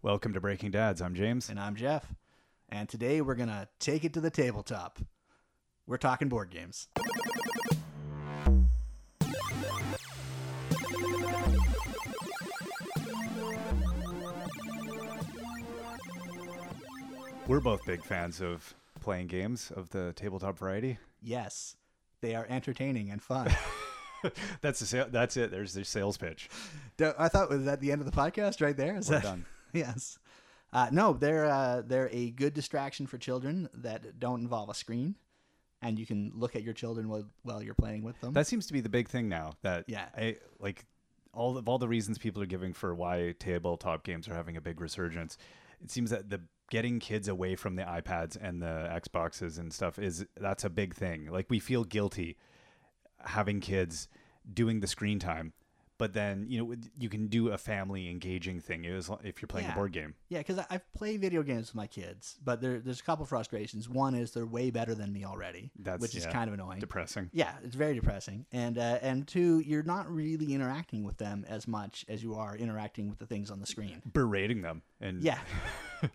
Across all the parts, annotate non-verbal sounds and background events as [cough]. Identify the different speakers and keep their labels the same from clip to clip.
Speaker 1: Welcome to Breaking Dads. I'm James.
Speaker 2: And I'm Jeff. And today we're going to take it to the tabletop. We're talking board games.
Speaker 1: We're both big fans of playing games of the tabletop variety. [laughs]
Speaker 2: Yes, they are entertaining and fun.
Speaker 1: That's the sa- that's it. There's the sales pitch.
Speaker 2: Don't- I thought was that the end of the podcast right there. Is
Speaker 1: We're
Speaker 2: that-
Speaker 1: done.
Speaker 2: [laughs] yes. Uh, no, they're uh, they're a good distraction for children that don't involve a screen, and you can look at your children while, while you're playing with them.
Speaker 1: That seems to be the big thing now. That
Speaker 2: Yeah.
Speaker 1: I like all of all the reasons people are giving for why tabletop games are having a big resurgence. It seems that the getting kids away from the iPads and the Xboxes and stuff is that's a big thing. Like we feel guilty having kids doing the screen time, but then you know with- you can do a family engaging thing as lo- if you're playing a
Speaker 2: Yeah.
Speaker 1: board game.
Speaker 2: Yeah, because I play video games with my kids, but there, there's a couple frustrations. One is they're way better than me already,
Speaker 1: That's-
Speaker 2: which is
Speaker 1: yeah.
Speaker 2: kind of annoying.
Speaker 1: Depressing.
Speaker 2: yeah, it's very depressing. And uh, and two, you're not really interacting with them as much as you are interacting with the things on the screen.
Speaker 1: Berating them and [laughs]
Speaker 2: Yeah.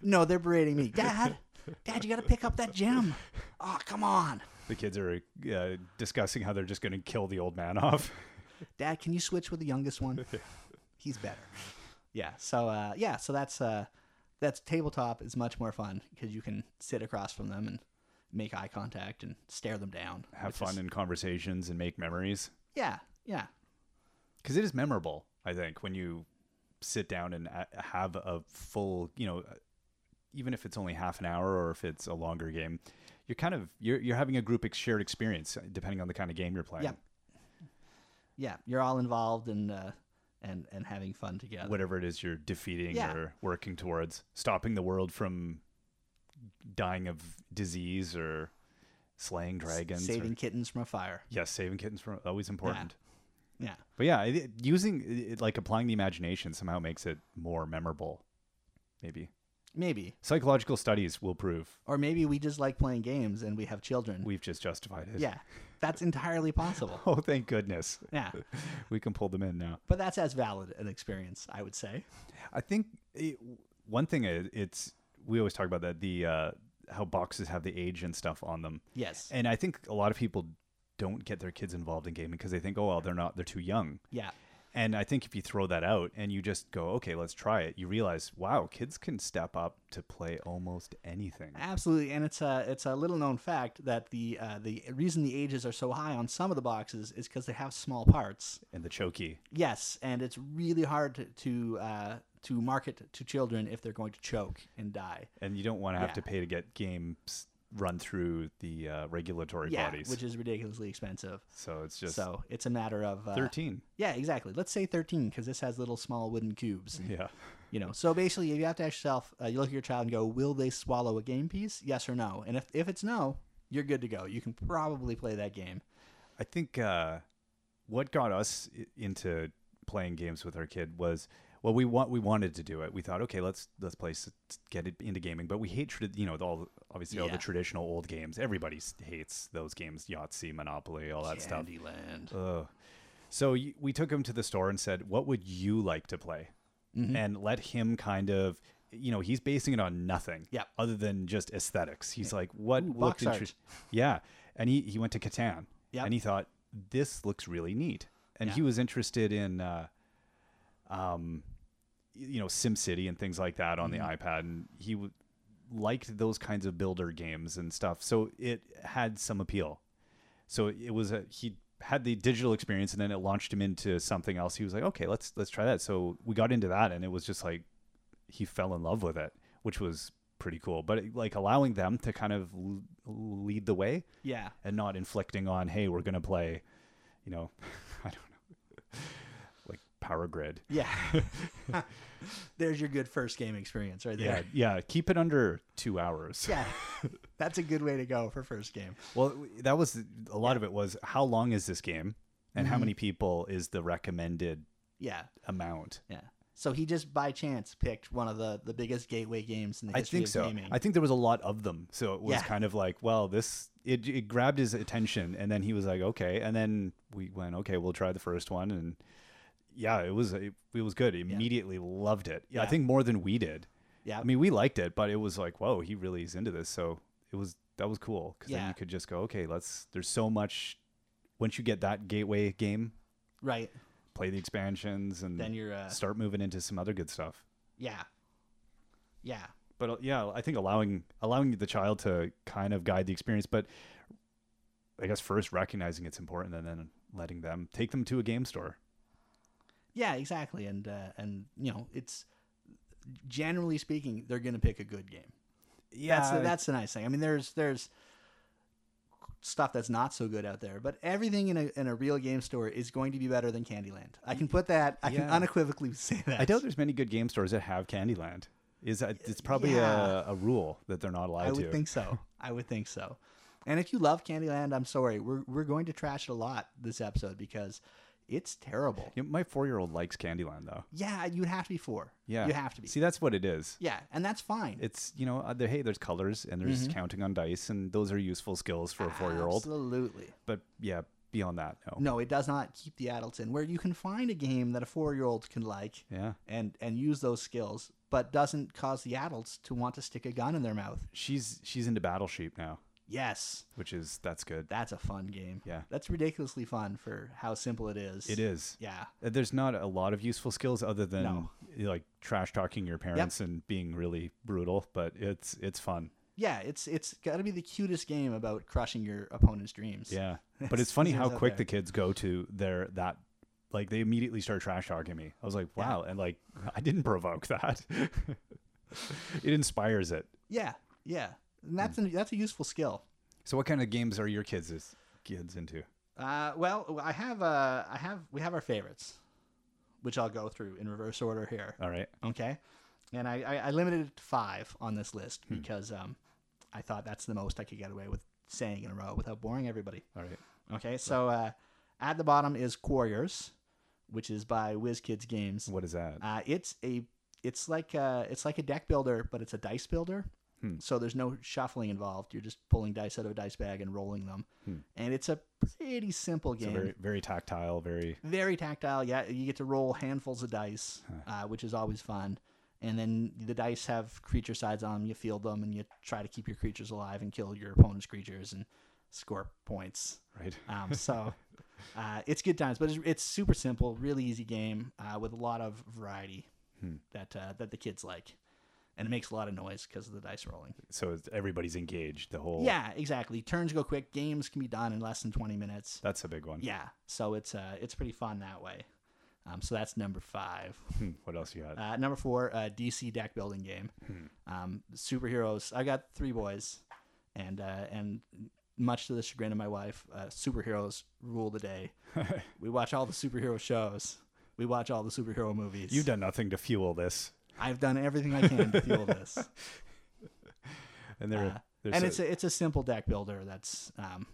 Speaker 2: No, they're berating me. Dad, Dad, you got to pick up that gem. Oh, come on.
Speaker 1: the kids are uh, discussing how they're just going to kill the old man [laughs] off.
Speaker 2: Dad, can you switch with the youngest one?
Speaker 1: [laughs]
Speaker 2: He's better. Yeah. So uh, yeah. So that's uh, that's tabletop is much more fun because you can sit across from them and make eye contact and stare them down.
Speaker 1: have
Speaker 2: which
Speaker 1: fun
Speaker 2: is-
Speaker 1: in conversations and make memories
Speaker 2: yeah. Yeah.
Speaker 1: because it is memorable i think when you sit down and a- have a full you know even if it's only half an hour or if it's a longer game you're kind of you're, you're having a group ex- shared experience depending on the kind of game you're playing
Speaker 2: Yep. Yeah. You're all involved and uh, and and having fun together.
Speaker 1: whatever it is you're defeating
Speaker 2: Uh, Yeah.
Speaker 1: or working towards stopping the world from dying of disease or slaying dragons or-
Speaker 2: saving kittens from a fire.
Speaker 1: yes saving kittens from always important
Speaker 2: Yeah.
Speaker 1: But yeah, it, it- using it, like applying the imagination somehow makes it more memorable. Maybe
Speaker 2: Maybe.
Speaker 1: psychological studies will prove
Speaker 2: Or maybe we just like playing games and we have children.
Speaker 1: we've just justified it.
Speaker 2: Yeah, that's entirely possible.
Speaker 1: [laughs] Oh, thank goodness,
Speaker 2: Yeah,
Speaker 1: we can pull them in now.
Speaker 2: but that's as valid an experience, I would say.
Speaker 1: I think it, one thing is it's we always talk about that the uh, how boxes have the age and stuff on them,
Speaker 2: Yes.
Speaker 1: and I think a lot of people don't get their kids involved in gaming because they think, oh well, they're not they're too young.
Speaker 2: Yeah.
Speaker 1: And I think if you throw that out and you just go, okay, let's try it, you realize, wow, kids can step up to play almost anything.
Speaker 2: Absolutely, and it's a it's a little known fact that the uh, the reason the ages are so high on some of the boxes is because they have small parts.
Speaker 1: and the choki.
Speaker 2: Yes, and it's really hard to to, uh, to market to children if they're going to choke and die.
Speaker 1: And you don't want to have
Speaker 2: Yeah.
Speaker 1: to pay to get games run through the uh, regulatory
Speaker 2: Yeah,
Speaker 1: bodies.
Speaker 2: which is ridiculously expensive.
Speaker 1: so it's just
Speaker 2: so it's a matter of uh,
Speaker 1: 13.
Speaker 2: Yeah, exactly. Let's say thirteen because this has little small wooden cubes.
Speaker 1: Yeah.
Speaker 2: You know, so basically, you have to ask yourself, uh, you look at your child and go, will they swallow a game piece? Yes or no? And if, if it's no, you're good to go. You can probably play that game.
Speaker 1: I think uh, what got us i- into playing games with our kid was well we want we wanted to do it we thought okay let's let's play s- s- get it into gaming but we hate tradi- you know all the- obviously all the
Speaker 2: Yeah.
Speaker 1: traditional old games everybody s- hates those games Yahtzee Monopoly all that stuff
Speaker 2: Candyland.
Speaker 1: Ugh. So y- we took him to the store and said, "What would you like to play?"
Speaker 2: Mm-hmm.
Speaker 1: And let him kind of, you know, he's basing it on nothing,
Speaker 2: Yep.
Speaker 1: other than just aesthetics. He's like, "What
Speaker 2: Ooh,
Speaker 1: looked
Speaker 2: box art.
Speaker 1: interesting?" Yeah, and he he went to Catan,
Speaker 2: Yep.
Speaker 1: and he thought this looks really neat, and
Speaker 2: Yeah.
Speaker 1: he was interested in, uh, um, y- you know, SimCity and things like that on
Speaker 2: Mm-hmm.
Speaker 1: the iPad, and he w- liked those kinds of builder games and stuff. So it had some appeal. So it was a he had the digital experience and then it launched him into something else. He was like, okay, let's let's try that. So we got into that and it was just like he fell in love with it, which was pretty cool. But it, like allowing them to kind of l- lead the way
Speaker 2: Yeah.
Speaker 1: and not inflicting on, hey, we're gonna play, you know, [laughs] I don't know, [laughs] like Power Grid.
Speaker 2: Yeah. [laughs] There's your good first game experience right
Speaker 1: Yeah,
Speaker 2: there.
Speaker 1: yeah. Keep it under two hours.
Speaker 2: Yeah. That's a good way to go for first game.
Speaker 1: Well, that was a lot of it was how long is this game, and how many people is the recommended
Speaker 2: Yeah.
Speaker 1: amount?
Speaker 2: Yeah. So he just by chance picked one of the, the biggest gateway games in the
Speaker 1: I
Speaker 2: history
Speaker 1: think
Speaker 2: of
Speaker 1: so.
Speaker 2: gaming.
Speaker 1: I think there was a lot of them, so it was
Speaker 2: Yeah.
Speaker 1: kind of like, well, this it, it grabbed his attention, and then he was like, okay, and then we went, okay, we'll try the first one, and yeah, it was it, it was good. Immediately loved it. Yeah, I
Speaker 2: Yeah.
Speaker 1: think more than we did.
Speaker 2: Yeah.
Speaker 1: I mean, we liked it, but it was like, whoa, he really is into this. So it was that was cool because then
Speaker 2: Yeah.
Speaker 1: you could just go, okay, let's. There's so much. Once you get that gateway game,
Speaker 2: right.
Speaker 1: play the expansions, and
Speaker 2: Then you're uh,
Speaker 1: start moving into some other good stuff.
Speaker 2: yeah. Yeah.
Speaker 1: But uh, yeah, I think allowing allowing the child to kind of guide the experience, but I guess first recognizing it's important, and then letting them take them to a game store.
Speaker 2: Yeah, exactly. And uh, and you know, it's generally speaking, they're going to pick a good game.
Speaker 1: Yeah,
Speaker 2: that's the, that's the nice thing. I mean, there's there's stuff that's not so good out there, but everything in a in a real game store is going to be better than Candyland. I can put that. I can
Speaker 1: Yeah.
Speaker 2: unequivocally [laughs] say that.
Speaker 1: I doubt there's many good game stores that have Candyland. Is that it's probably
Speaker 2: Uh, Yeah.
Speaker 1: a, a rule that they're not allowed
Speaker 2: I would
Speaker 1: to.
Speaker 2: think so. I would think so. And if you love Candyland, I'm sorry. We're we're going to trash it a lot this episode because it's terrible.
Speaker 1: You know, my four year old likes Candyland though.
Speaker 2: Yeah, you'd have to be four.
Speaker 1: Yeah,
Speaker 2: you have to be.
Speaker 1: See, that's what it is.
Speaker 2: yeah, and that's fine.
Speaker 1: It's you know, uh, the, hey, there's colors and there's
Speaker 2: Mm-hmm.
Speaker 1: counting on dice, and those are useful skills for a four year old.
Speaker 2: Absolutely.
Speaker 1: But yeah, beyond that, no.
Speaker 2: No, it does not keep the adults in. Where you can find a game that a four year old can like
Speaker 1: Yeah,
Speaker 2: and and use those skills, but doesn't cause the adults to want to stick a gun in their mouth.
Speaker 1: she's she's into Battleship now,
Speaker 2: Yes,
Speaker 1: which is that's good.
Speaker 2: that's a fun game.
Speaker 1: Yeah.
Speaker 2: that's ridiculously fun for how simple it is.
Speaker 1: It is.
Speaker 2: Yeah,
Speaker 1: Uh, There's not a lot of useful skills other than
Speaker 2: No.
Speaker 1: like trash talking your parents and being really brutal, but it's it's fun.
Speaker 2: yeah. It's it's got to be the cutest game about crushing your opponent's dreams. [laughs]
Speaker 1: Yeah. But
Speaker 2: That's-
Speaker 1: it's funny
Speaker 2: that's
Speaker 1: how
Speaker 2: out
Speaker 1: quick
Speaker 2: there.
Speaker 1: the kids go to their that like they immediately start trash talking me. I was like,
Speaker 2: Yeah.
Speaker 1: wow, and like I didn't provoke that. [laughs] it inspires it.
Speaker 2: yeah, yeah. And that's an, that's a useful skill.
Speaker 1: So what kind of games are your kids is, kids into?
Speaker 2: Uh, well, I have uh, I have we have our favorites, which I'll go through in reverse order here.
Speaker 1: All right.
Speaker 2: okay and I, I i limited it to five on this list
Speaker 1: Hmm.
Speaker 2: because um i thought that's the most i could get away with saying in a row without boring everybody
Speaker 1: All right.
Speaker 2: okay so uh at the bottom is quarriers which is by WizKids games
Speaker 1: What is that?
Speaker 2: uh it's a it's like uh it's like a deck builder but it's a dice builder
Speaker 1: Hmm.
Speaker 2: so there's no shuffling involved you're just pulling dice out of a dice bag and rolling them
Speaker 1: Hmm.
Speaker 2: and it's a pretty simple
Speaker 1: So
Speaker 2: game
Speaker 1: very very tactile, very
Speaker 2: very tactile. Yeah, you get to roll handfuls of dice, uh, which is always fun. And then the dice have creature sides on them. You field them, and you try to keep your creatures alive and kill your opponent's creatures and score points.
Speaker 1: right.
Speaker 2: Um, so uh, it's good times, but it's, it's super simple, really easy game uh, with a lot of variety that uh, that the kids like, and it makes a lot of noise because of the dice rolling.
Speaker 1: So it's, everybody's engaged the whole
Speaker 2: Yeah, exactly. Turns go quick. Games can be done in less than twenty minutes.
Speaker 1: That's a big one.
Speaker 2: Yeah, so it's uh, it's pretty fun that way. Um, so that's number five.
Speaker 1: Hmm, What else you got?
Speaker 2: Uh, number four, uh, DC deck building game.
Speaker 1: Hmm.
Speaker 2: Um, superheroes. I got three boys, and uh, and much to the chagrin of my wife, uh, superheroes rule
Speaker 1: [laughs]
Speaker 2: the day. we watch all the superhero shows. We watch all the superhero movies.
Speaker 1: You've done nothing to fuel this.
Speaker 2: I've done everything I can to fuel this,
Speaker 1: And [laughs] they're,
Speaker 2: Uh,
Speaker 1: they're
Speaker 2: and
Speaker 1: so-
Speaker 2: it's a, it's a simple deck builder. That's um,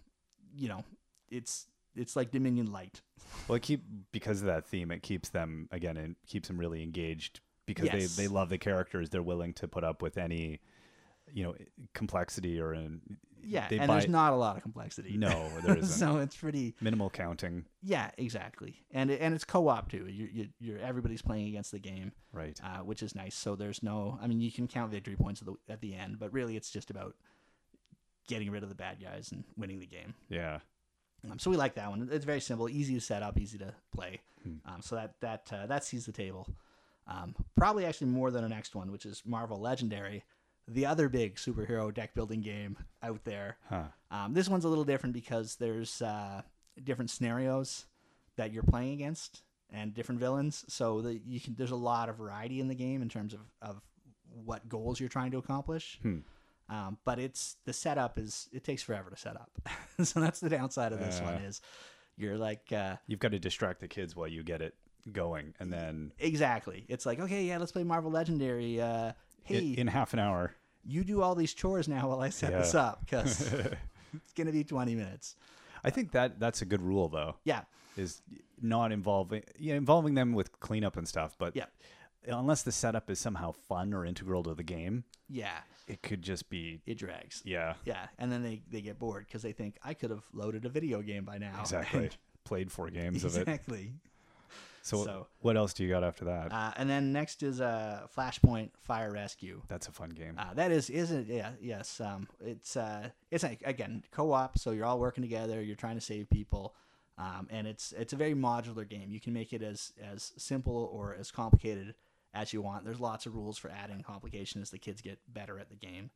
Speaker 2: you know, it's it's like Dominion Light.
Speaker 1: Well, it keep because of that theme, it keeps them again and keeps them really engaged because
Speaker 2: Yes.
Speaker 1: they they love the characters. They're willing to put up with any, you know, complexity or an
Speaker 2: Yeah,
Speaker 1: They
Speaker 2: and
Speaker 1: buy,
Speaker 2: there's not a lot of
Speaker 1: [laughs]
Speaker 2: complexity.
Speaker 1: no
Speaker 2: [laughs]
Speaker 1: there isn't
Speaker 2: so it's pretty
Speaker 1: minimal counting
Speaker 2: yeah exactly and it, and it's co-op too you, you, you're everybody's playing against the game
Speaker 1: right.
Speaker 2: uh, which is nice so there's no i mean you can count victory points at the, at the end but really it's just about getting rid of the bad guys and winning the game
Speaker 1: Yeah,
Speaker 2: um, so we like that one it's very simple easy to set up easy to play
Speaker 1: Hmm.
Speaker 2: um, so that that uh, that sees the table um, probably actually more than our next one which is marvel legendary the other big superhero deck building game out there
Speaker 1: huh?
Speaker 2: um, this one's a little different because there's uh, different scenarios that you're playing against and different villains. So that you can there's a lot of variety in the game in terms of, of what goals you're trying to accomplish.
Speaker 1: Hmm.
Speaker 2: Um, but it's the setup is it takes forever to set up. [laughs] so that's the downside of this one
Speaker 1: Yeah.
Speaker 2: is you're like uh,
Speaker 1: You've got to distract the kids while you get it going, and then
Speaker 2: exactly. It's like okay, yeah, let's play Marvel Legendary. Uh,
Speaker 1: i-
Speaker 2: hey,
Speaker 1: in half an hour,
Speaker 2: you do all these chores now while I set
Speaker 1: Yeah.
Speaker 2: this up because
Speaker 1: [laughs]
Speaker 2: it's gonna be 20 minutes.
Speaker 1: I think that that's a good rule though.
Speaker 2: Yeah,
Speaker 1: Is not involving yeah involving them with cleanup and stuff, but
Speaker 2: Yeah.
Speaker 1: unless the setup is somehow fun or integral to the game,
Speaker 2: yeah,
Speaker 1: it could just be
Speaker 2: it drags.
Speaker 1: yeah
Speaker 2: Yeah, and then they, they get bored because they [laughs] think I could have loaded a video game by now. [laughs]
Speaker 1: Exactly. Played four games of it.
Speaker 2: exactly.
Speaker 1: So,
Speaker 2: So-
Speaker 1: what else do you got after that?
Speaker 2: Uh, and then next is uh, Flashpoint Fire Rescue.
Speaker 1: That's a fun game.
Speaker 2: Uh, that is isn't yeah yes um it's uh it's like, again co-op so you're all working together you're trying to save people um and it's it's a very modular game you can make it as as simple or as complicated as you want there's lots of rules for adding complication as the kids get better at the game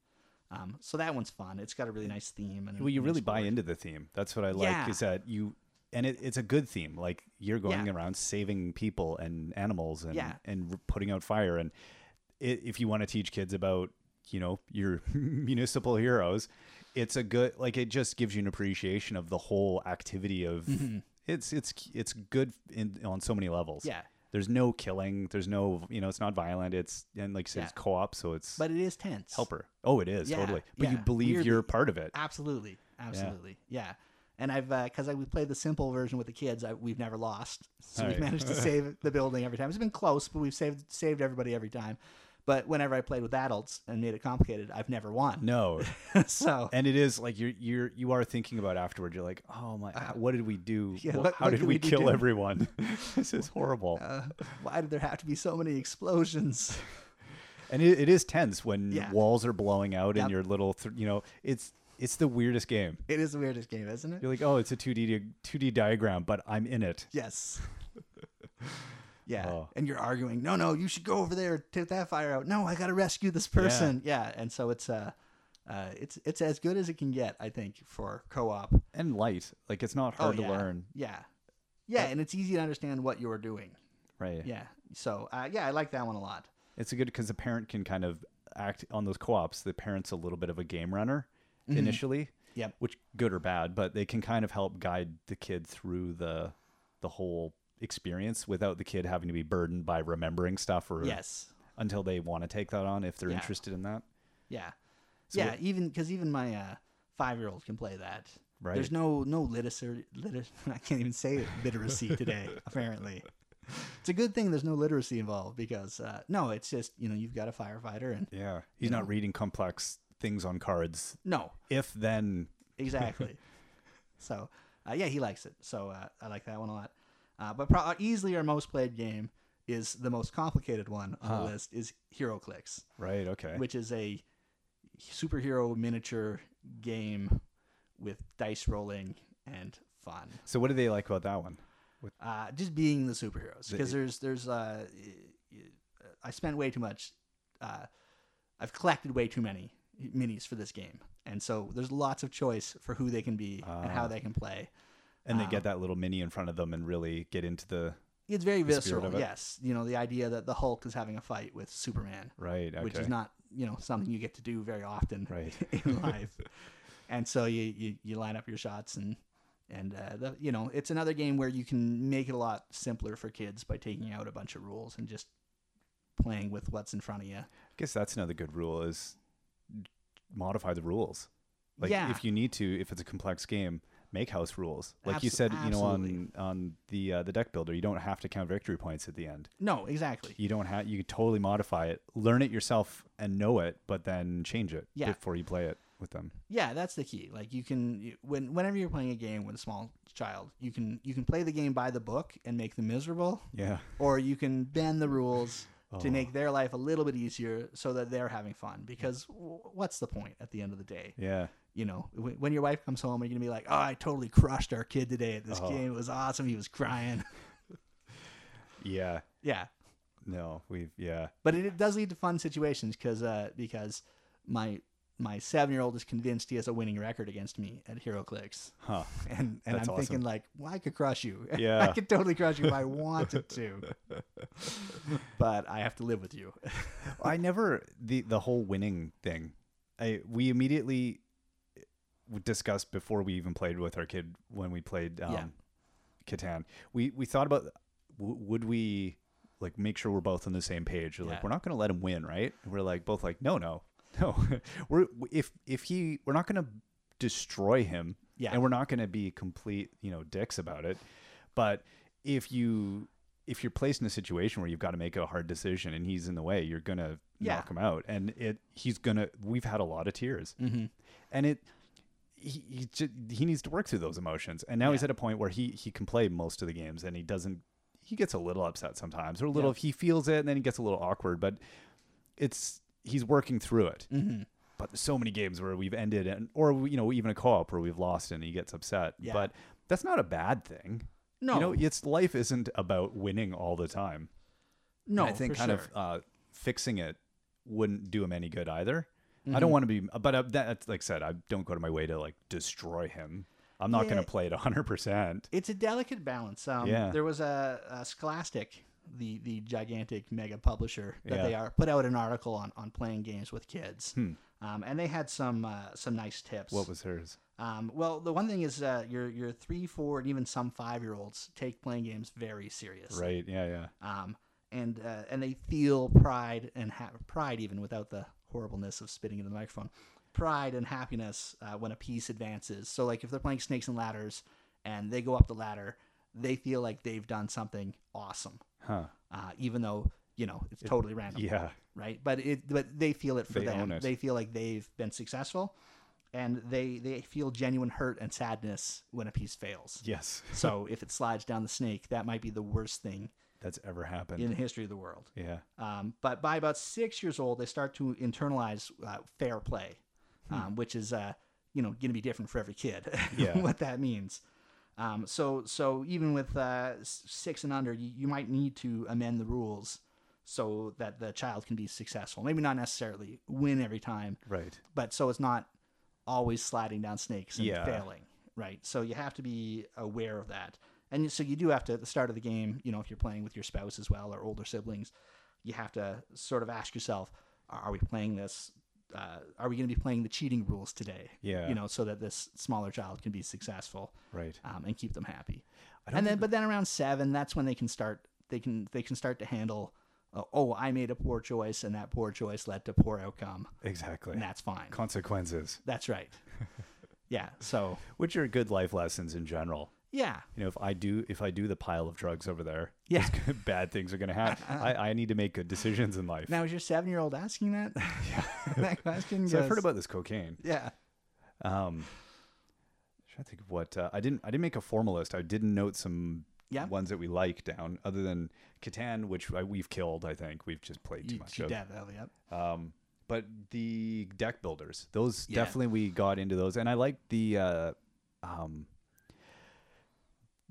Speaker 2: um so that one's fun it's got a really nice theme and
Speaker 1: well, you
Speaker 2: and
Speaker 1: really buy
Speaker 2: explore.
Speaker 1: into the theme. That's what I like
Speaker 2: Yeah.
Speaker 1: is that you, and it, it's a good theme. Like you're going
Speaker 2: Yeah.
Speaker 1: around saving people and animals and
Speaker 2: Yeah.
Speaker 1: and r- putting out fire. And i if you want to teach kids about you know your [laughs] municipal heroes, it's a good like it just gives you an appreciation of the whole activity of it's it's it's good in, on so many levels.
Speaker 2: Mm-hmm. Yeah.
Speaker 1: There's no killing. There's no, you know, it's not violent. It's and like you said,
Speaker 2: Yeah.
Speaker 1: it's co-op, so it's
Speaker 2: but it is tense
Speaker 1: helper. Oh, it is
Speaker 2: Yeah,
Speaker 1: totally. But you
Speaker 2: yeah.
Speaker 1: believe
Speaker 2: Weirdly.
Speaker 1: you're a part of it.
Speaker 2: Absolutely, absolutely, yeah. And I've because I we played the simple version with the kids, I, we've never lost, so we've
Speaker 1: Right.
Speaker 2: managed to save the building every time. It's been close, but we've saved saved everybody every time. But whenever I played with adults and made it complicated, I've never won. [laughs]
Speaker 1: No,
Speaker 2: so
Speaker 1: and it is like you're you're you are thinking about afterward. You're like, oh my, what did we do?
Speaker 2: Uh, yeah,
Speaker 1: Wha-
Speaker 2: what-
Speaker 1: How
Speaker 2: what
Speaker 1: did
Speaker 2: did
Speaker 1: we,
Speaker 2: we do
Speaker 1: kill
Speaker 2: do?"
Speaker 1: everyone? [laughs] this
Speaker 2: [laughs]
Speaker 1: is horrible.
Speaker 2: uh, why did there have to be so many explosions?
Speaker 1: and it, it is tense when
Speaker 2: Yeah.
Speaker 1: walls are blowing out and
Speaker 2: Yep.
Speaker 1: your little, th- you know, it's it's the weirdest game.
Speaker 2: It is the weirdest game, isn't it?
Speaker 1: You're like, oh, it's a two D two D diagram, but I'm in it. [laughs]
Speaker 2: Yes. Yeah,
Speaker 1: Oh.
Speaker 2: and you're arguing. No, no, you should go over there, take that fire out. No, I gotta rescue this person. Yeah, and so it's uh, uh, it's it's as good as it can get, I think, for co-op.
Speaker 1: And light, like it's not hard
Speaker 2: Oh, yeah.
Speaker 1: Oh, to learn,
Speaker 2: Yeah, yeah, and it's easy to understand what you're doing.
Speaker 1: right?
Speaker 2: Yeah, so uh, yeah, I like that one a lot.
Speaker 1: It's good because the parent can kind of act on those co-ops. The parent's a little bit of a game runner initially,
Speaker 2: Mm-hmm. Yep.
Speaker 1: which good or bad, but they can kind of help guide the kid through the the whole experience without the kid having to be burdened by remembering stuff or
Speaker 2: Yes.
Speaker 1: until they want to take that on if they're
Speaker 2: Yeah.
Speaker 1: interested in that.
Speaker 2: Yeah.
Speaker 1: So
Speaker 2: yeah,
Speaker 1: what-
Speaker 2: even because even my uh, five-year-old can play that.
Speaker 1: Right.
Speaker 2: There's no no literacy. Liter- [laughs] I can't even say it,
Speaker 1: [laughs]
Speaker 2: literacy today. apparently, it's a good thing there's no literacy involved because uh, no, it's just you know you've got a firefighter and [laughs]
Speaker 1: Yeah. He's not reading complex things on cards.
Speaker 2: no,
Speaker 1: If then
Speaker 2: exactly.
Speaker 1: [laughs]
Speaker 2: so uh, yeah, he likes it. So uh, I like that one a lot. Uh, but pro- easily our most played game is the most complicated one on the list is Hero Clicks.
Speaker 1: right, okay.
Speaker 2: which is a superhero miniature game with dice rolling and fun.
Speaker 1: so what do they like about that one?
Speaker 2: Uh, just being the superheroes because there's there's uh, I spent way too much. Uh, I've collected way too many minis for this game, and so there's lots of choice for who they can be and
Speaker 1: Ah.
Speaker 2: how they can play.
Speaker 1: And they
Speaker 2: Um,
Speaker 1: get that little mini in front of them and really get into the
Speaker 2: It's very
Speaker 1: spirit
Speaker 2: visceral.
Speaker 1: of it.
Speaker 2: Yes, you know the idea that the Hulk is having a fight with Superman.
Speaker 1: right, okay.
Speaker 2: which is not you know something you get to do very often [laughs]
Speaker 1: Right. [laughs]
Speaker 2: in life. and so you, you you line up your shots and and uh, the, you know it's another game where you can make it a lot simpler for kids by taking out a bunch of rules and just playing with what's in front of you.
Speaker 1: I guess that's another good rule is modify the rules. Like
Speaker 2: Yeah.
Speaker 1: if you need to, if it's a complex game, make house rules. Like you
Speaker 2: Abso-
Speaker 1: said, you
Speaker 2: absolutely.
Speaker 1: know, on on the uh, the deck builder, you don't have to count victory points at the end.
Speaker 2: No, exactly.
Speaker 1: You don't have you can totally modify it, learn it yourself, and know it, but then change it
Speaker 2: Yeah.
Speaker 1: before you play it with them.
Speaker 2: yeah that's the key like you can you- when whenever you're playing a game with a small child you can you can play the game by the book and make them miserable
Speaker 1: Yeah,
Speaker 2: or you can bend the rules
Speaker 1: Oh.
Speaker 2: to make their life a little bit easier so that they're having fun because w- what's the point at the end of the day
Speaker 1: yeah.
Speaker 2: you know w- when your wife comes home are you gonna be like oh i totally crushed our kid today at this
Speaker 1: Oh.
Speaker 2: game it was awesome he was crying [laughs]
Speaker 1: Yeah.
Speaker 2: yeah
Speaker 1: No, we've yeah.
Speaker 2: but it, it does lead to fun situations because uh, because my my seven year old is convinced he has a winning record against me at hero clicks
Speaker 1: Huh.
Speaker 2: and and
Speaker 1: That's
Speaker 2: i'm thinking like well i could crush you [laughs] i
Speaker 1: Yeah.
Speaker 2: could totally crush you if i
Speaker 1: [laughs]
Speaker 2: wanted to but i have to live with you
Speaker 1: I never the the whole winning thing. I we immediately eh, discussed before we even played with our kid when we played um,
Speaker 2: Yeah.
Speaker 1: Catan. We we thought about w- would we like make sure we're both on the same page. We're
Speaker 2: Yeah.
Speaker 1: Like we're not going to let him win, right? And we're like both like no no [laughs] no. we're if if he we're not going to destroy him.
Speaker 2: Yeah.
Speaker 1: and we're not going to be complete you know dicks about it. But if you if you're placed in a situation where you've got to make a hard decision and he's in the way, you're gonna
Speaker 2: Yeah.
Speaker 1: knock him out, and it he's gonna. We've had a lot of tears, mm-hmm. and it he he, ju- he needs to work through those emotions, and now he's at a point where he he can play most of the games, and he doesn't. he gets a little upset sometimes, or a little he feels it, and then he gets a little awkward. But it's he's working through it.
Speaker 2: Mm-hmm.
Speaker 1: But there's so many games where we've ended, and or you know even a co-op where we've lost and he gets upset.
Speaker 2: Yeah.
Speaker 1: But that's not a bad thing.
Speaker 2: No.
Speaker 1: you know, it's life isn't about winning all the time.
Speaker 2: No,
Speaker 1: And I think
Speaker 2: for
Speaker 1: kind
Speaker 2: sure.
Speaker 1: of uh, fixing it wouldn't do him any good either. I
Speaker 2: Mm-hmm.
Speaker 1: don't want to be, but uh, that, like I said, I don't go to my way to like destroy him. I'm not going
Speaker 2: Yeah.
Speaker 1: to play it 100. percent
Speaker 2: it's a delicate balance. Um,
Speaker 1: Yeah.
Speaker 2: There was a, a Scholastic, the the gigantic mega publisher that
Speaker 1: Yeah. Hmm.
Speaker 2: they are, put out an article on, on playing games with kids, um, and they had some uh, some nice tips.
Speaker 1: What was hers?
Speaker 2: um, well, the one thing is uh, your your three, four, and even some five year olds take playing games very seriously,
Speaker 1: Right? Yeah, yeah,
Speaker 2: um, and uh, and they feel pride and ha- pride even without the horribleness of spitting in the microphone. Pride and happiness uh, when a piece advances. So like if they're playing snakes and ladders and they go up the ladder, they feel like they've done something awesome,
Speaker 1: huh?
Speaker 2: uh, even though you know it's totally random,
Speaker 1: Yeah,
Speaker 2: right? But it but they feel it for
Speaker 1: They
Speaker 2: them.
Speaker 1: own it.
Speaker 2: They feel like they've been successful, and they they feel genuine hurt and sadness when a piece fails.
Speaker 1: yes,
Speaker 2: So if it slides down the snake, that might be the worst thing
Speaker 1: that's ever happened.
Speaker 2: in the history of the world.
Speaker 1: yeah,
Speaker 2: Um, but by about six years old, they start to internalize uh, fair play, um, which is uh, you know going to be different for every kid. [laughs]
Speaker 1: Yeah.
Speaker 2: what that means. Um, so so even with uh, s- six and under, you, you might need to amend the rules so that the child can be successful. Maybe not necessarily win every time,
Speaker 1: right.
Speaker 2: but so it's not always sliding down snakes and
Speaker 1: Yeah.
Speaker 2: failing, right? So you have to be aware of that. And so you do have to, at the start of the game, you know, if you're playing with your spouse as well or older siblings, you have to sort of ask yourself, are we playing this? Uh, are we going to be playing the cheating rules today?
Speaker 1: Yeah.
Speaker 2: You know, so that this smaller child can be successful
Speaker 1: Right.
Speaker 2: um, and keep them happy.
Speaker 1: I don't
Speaker 2: And then, but then around seven, that's when they can start. They can they can start to handle. Uh, oh, I made a poor choice, and that poor choice led to poor outcome,
Speaker 1: Exactly.
Speaker 2: and that's fine.
Speaker 1: Consequences,
Speaker 2: That's right. yeah. So
Speaker 1: which are good life lessons in general.
Speaker 2: yeah,
Speaker 1: You know, if I do, if I do the pile of drugs over there,
Speaker 2: Yeah.
Speaker 1: it's good- [laughs] bad things
Speaker 2: [laughs]
Speaker 1: are going to happen. I, I need to make good decisions in life.
Speaker 2: now is your seven-year-old
Speaker 1: [laughs]
Speaker 2: asking that? Yeah, [laughs] that question.
Speaker 1: so I've
Speaker 2: goes-
Speaker 1: heard about this cocaine.
Speaker 2: Yeah.
Speaker 1: Um, trying to think of what uh, I didn't. I didn't make a formal list. I didn't note some
Speaker 2: Yeah.
Speaker 1: ones that we like down, other than Catan, which I, we've killed. I think we've just played too
Speaker 2: You,
Speaker 1: much
Speaker 2: you
Speaker 1: of.
Speaker 2: definitely. Yep.
Speaker 1: Um, but the deck builders, those
Speaker 2: Yeah.
Speaker 1: definitely we got into those, and I like the uh, um,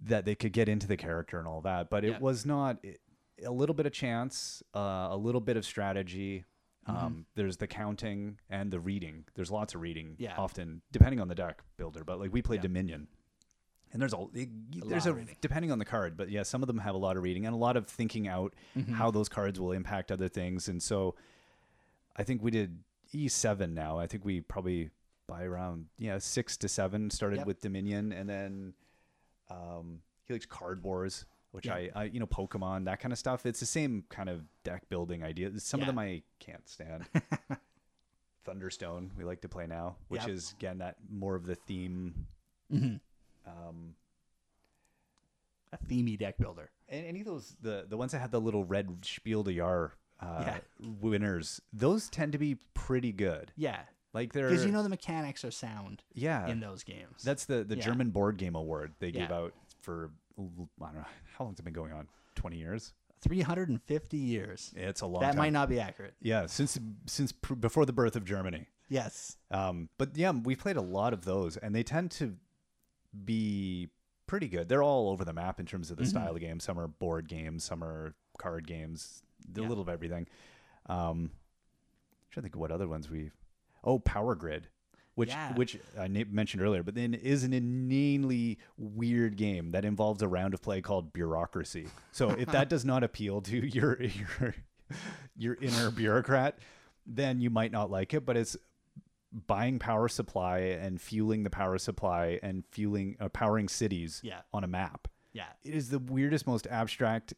Speaker 1: that they could get into the character and all that. But it
Speaker 2: Yeah.
Speaker 1: was not it, a little bit of chance, uh, a little bit of strategy.
Speaker 2: Mm-hmm.
Speaker 1: Um, there's the counting and the reading. There's lots of reading,
Speaker 2: Yeah.
Speaker 1: often depending on the deck builder. But like we played
Speaker 2: Yeah.
Speaker 1: Dominion, and there's a, it- there's
Speaker 2: lot
Speaker 1: a
Speaker 2: of reading.
Speaker 1: depending on the card, but yeah, some of them have a lot of reading and a lot of thinking out
Speaker 2: Mm-hmm.
Speaker 1: how those cards will impact other things. And so, I think we did E7 now. I think we probably by around yeah six to seven started
Speaker 2: Yep.
Speaker 1: with Dominion, and then um, he likes card wars, which
Speaker 2: Yeah.
Speaker 1: I, I you know Pokemon that kind of stuff. It's the same kind of deck building idea. Some
Speaker 2: Yeah.
Speaker 1: of them I can't stand.
Speaker 2: [laughs]
Speaker 1: Thunderstone we like to play now, which
Speaker 2: Yep.
Speaker 1: is again that more of the theme.
Speaker 2: Mhm.
Speaker 1: Um,
Speaker 2: A themey deck builder.
Speaker 1: and any of those the the ones that had the little red Spiel de Jar uh,
Speaker 2: Yeah.
Speaker 1: winners, those tend to be pretty good.
Speaker 2: Yeah.
Speaker 1: Like they're
Speaker 2: Because you know the mechanics are sound
Speaker 1: yeah
Speaker 2: in those games.
Speaker 1: That's the the
Speaker 2: Yeah.
Speaker 1: German board game award they gave
Speaker 2: Yeah.
Speaker 1: out for l- I don't know how long's it been going on. Twenty years.
Speaker 2: 350 years.
Speaker 1: It's a long
Speaker 2: that
Speaker 1: time.
Speaker 2: might not be accurate.
Speaker 1: yeah, since since pr- before the birth of Germany.
Speaker 2: Yes.
Speaker 1: Um, but yeah, we played a lot of those, and they tend to be pretty good. They're all over the map in terms
Speaker 2: Mm-hmm.
Speaker 1: of the style of game. Some are board games, some are card games, a
Speaker 2: Yeah.
Speaker 1: little of everything. Um, i trying to think of what other ones we've. Oh, Power Grid, which
Speaker 2: Yeah.
Speaker 1: which I na- mentioned earlier, but then is an inanely weird game that involves a round of play called Bureaucracy. So if
Speaker 2: [laughs]
Speaker 1: that does not appeal to [laughs] your your your inner bureaucrat, then you might not like it. But it's buying power supply and fueling the power supply and fueling uh, powering cities
Speaker 2: Yeah.
Speaker 1: on a map.
Speaker 2: Yeah.
Speaker 1: It is the weirdest, most abstract,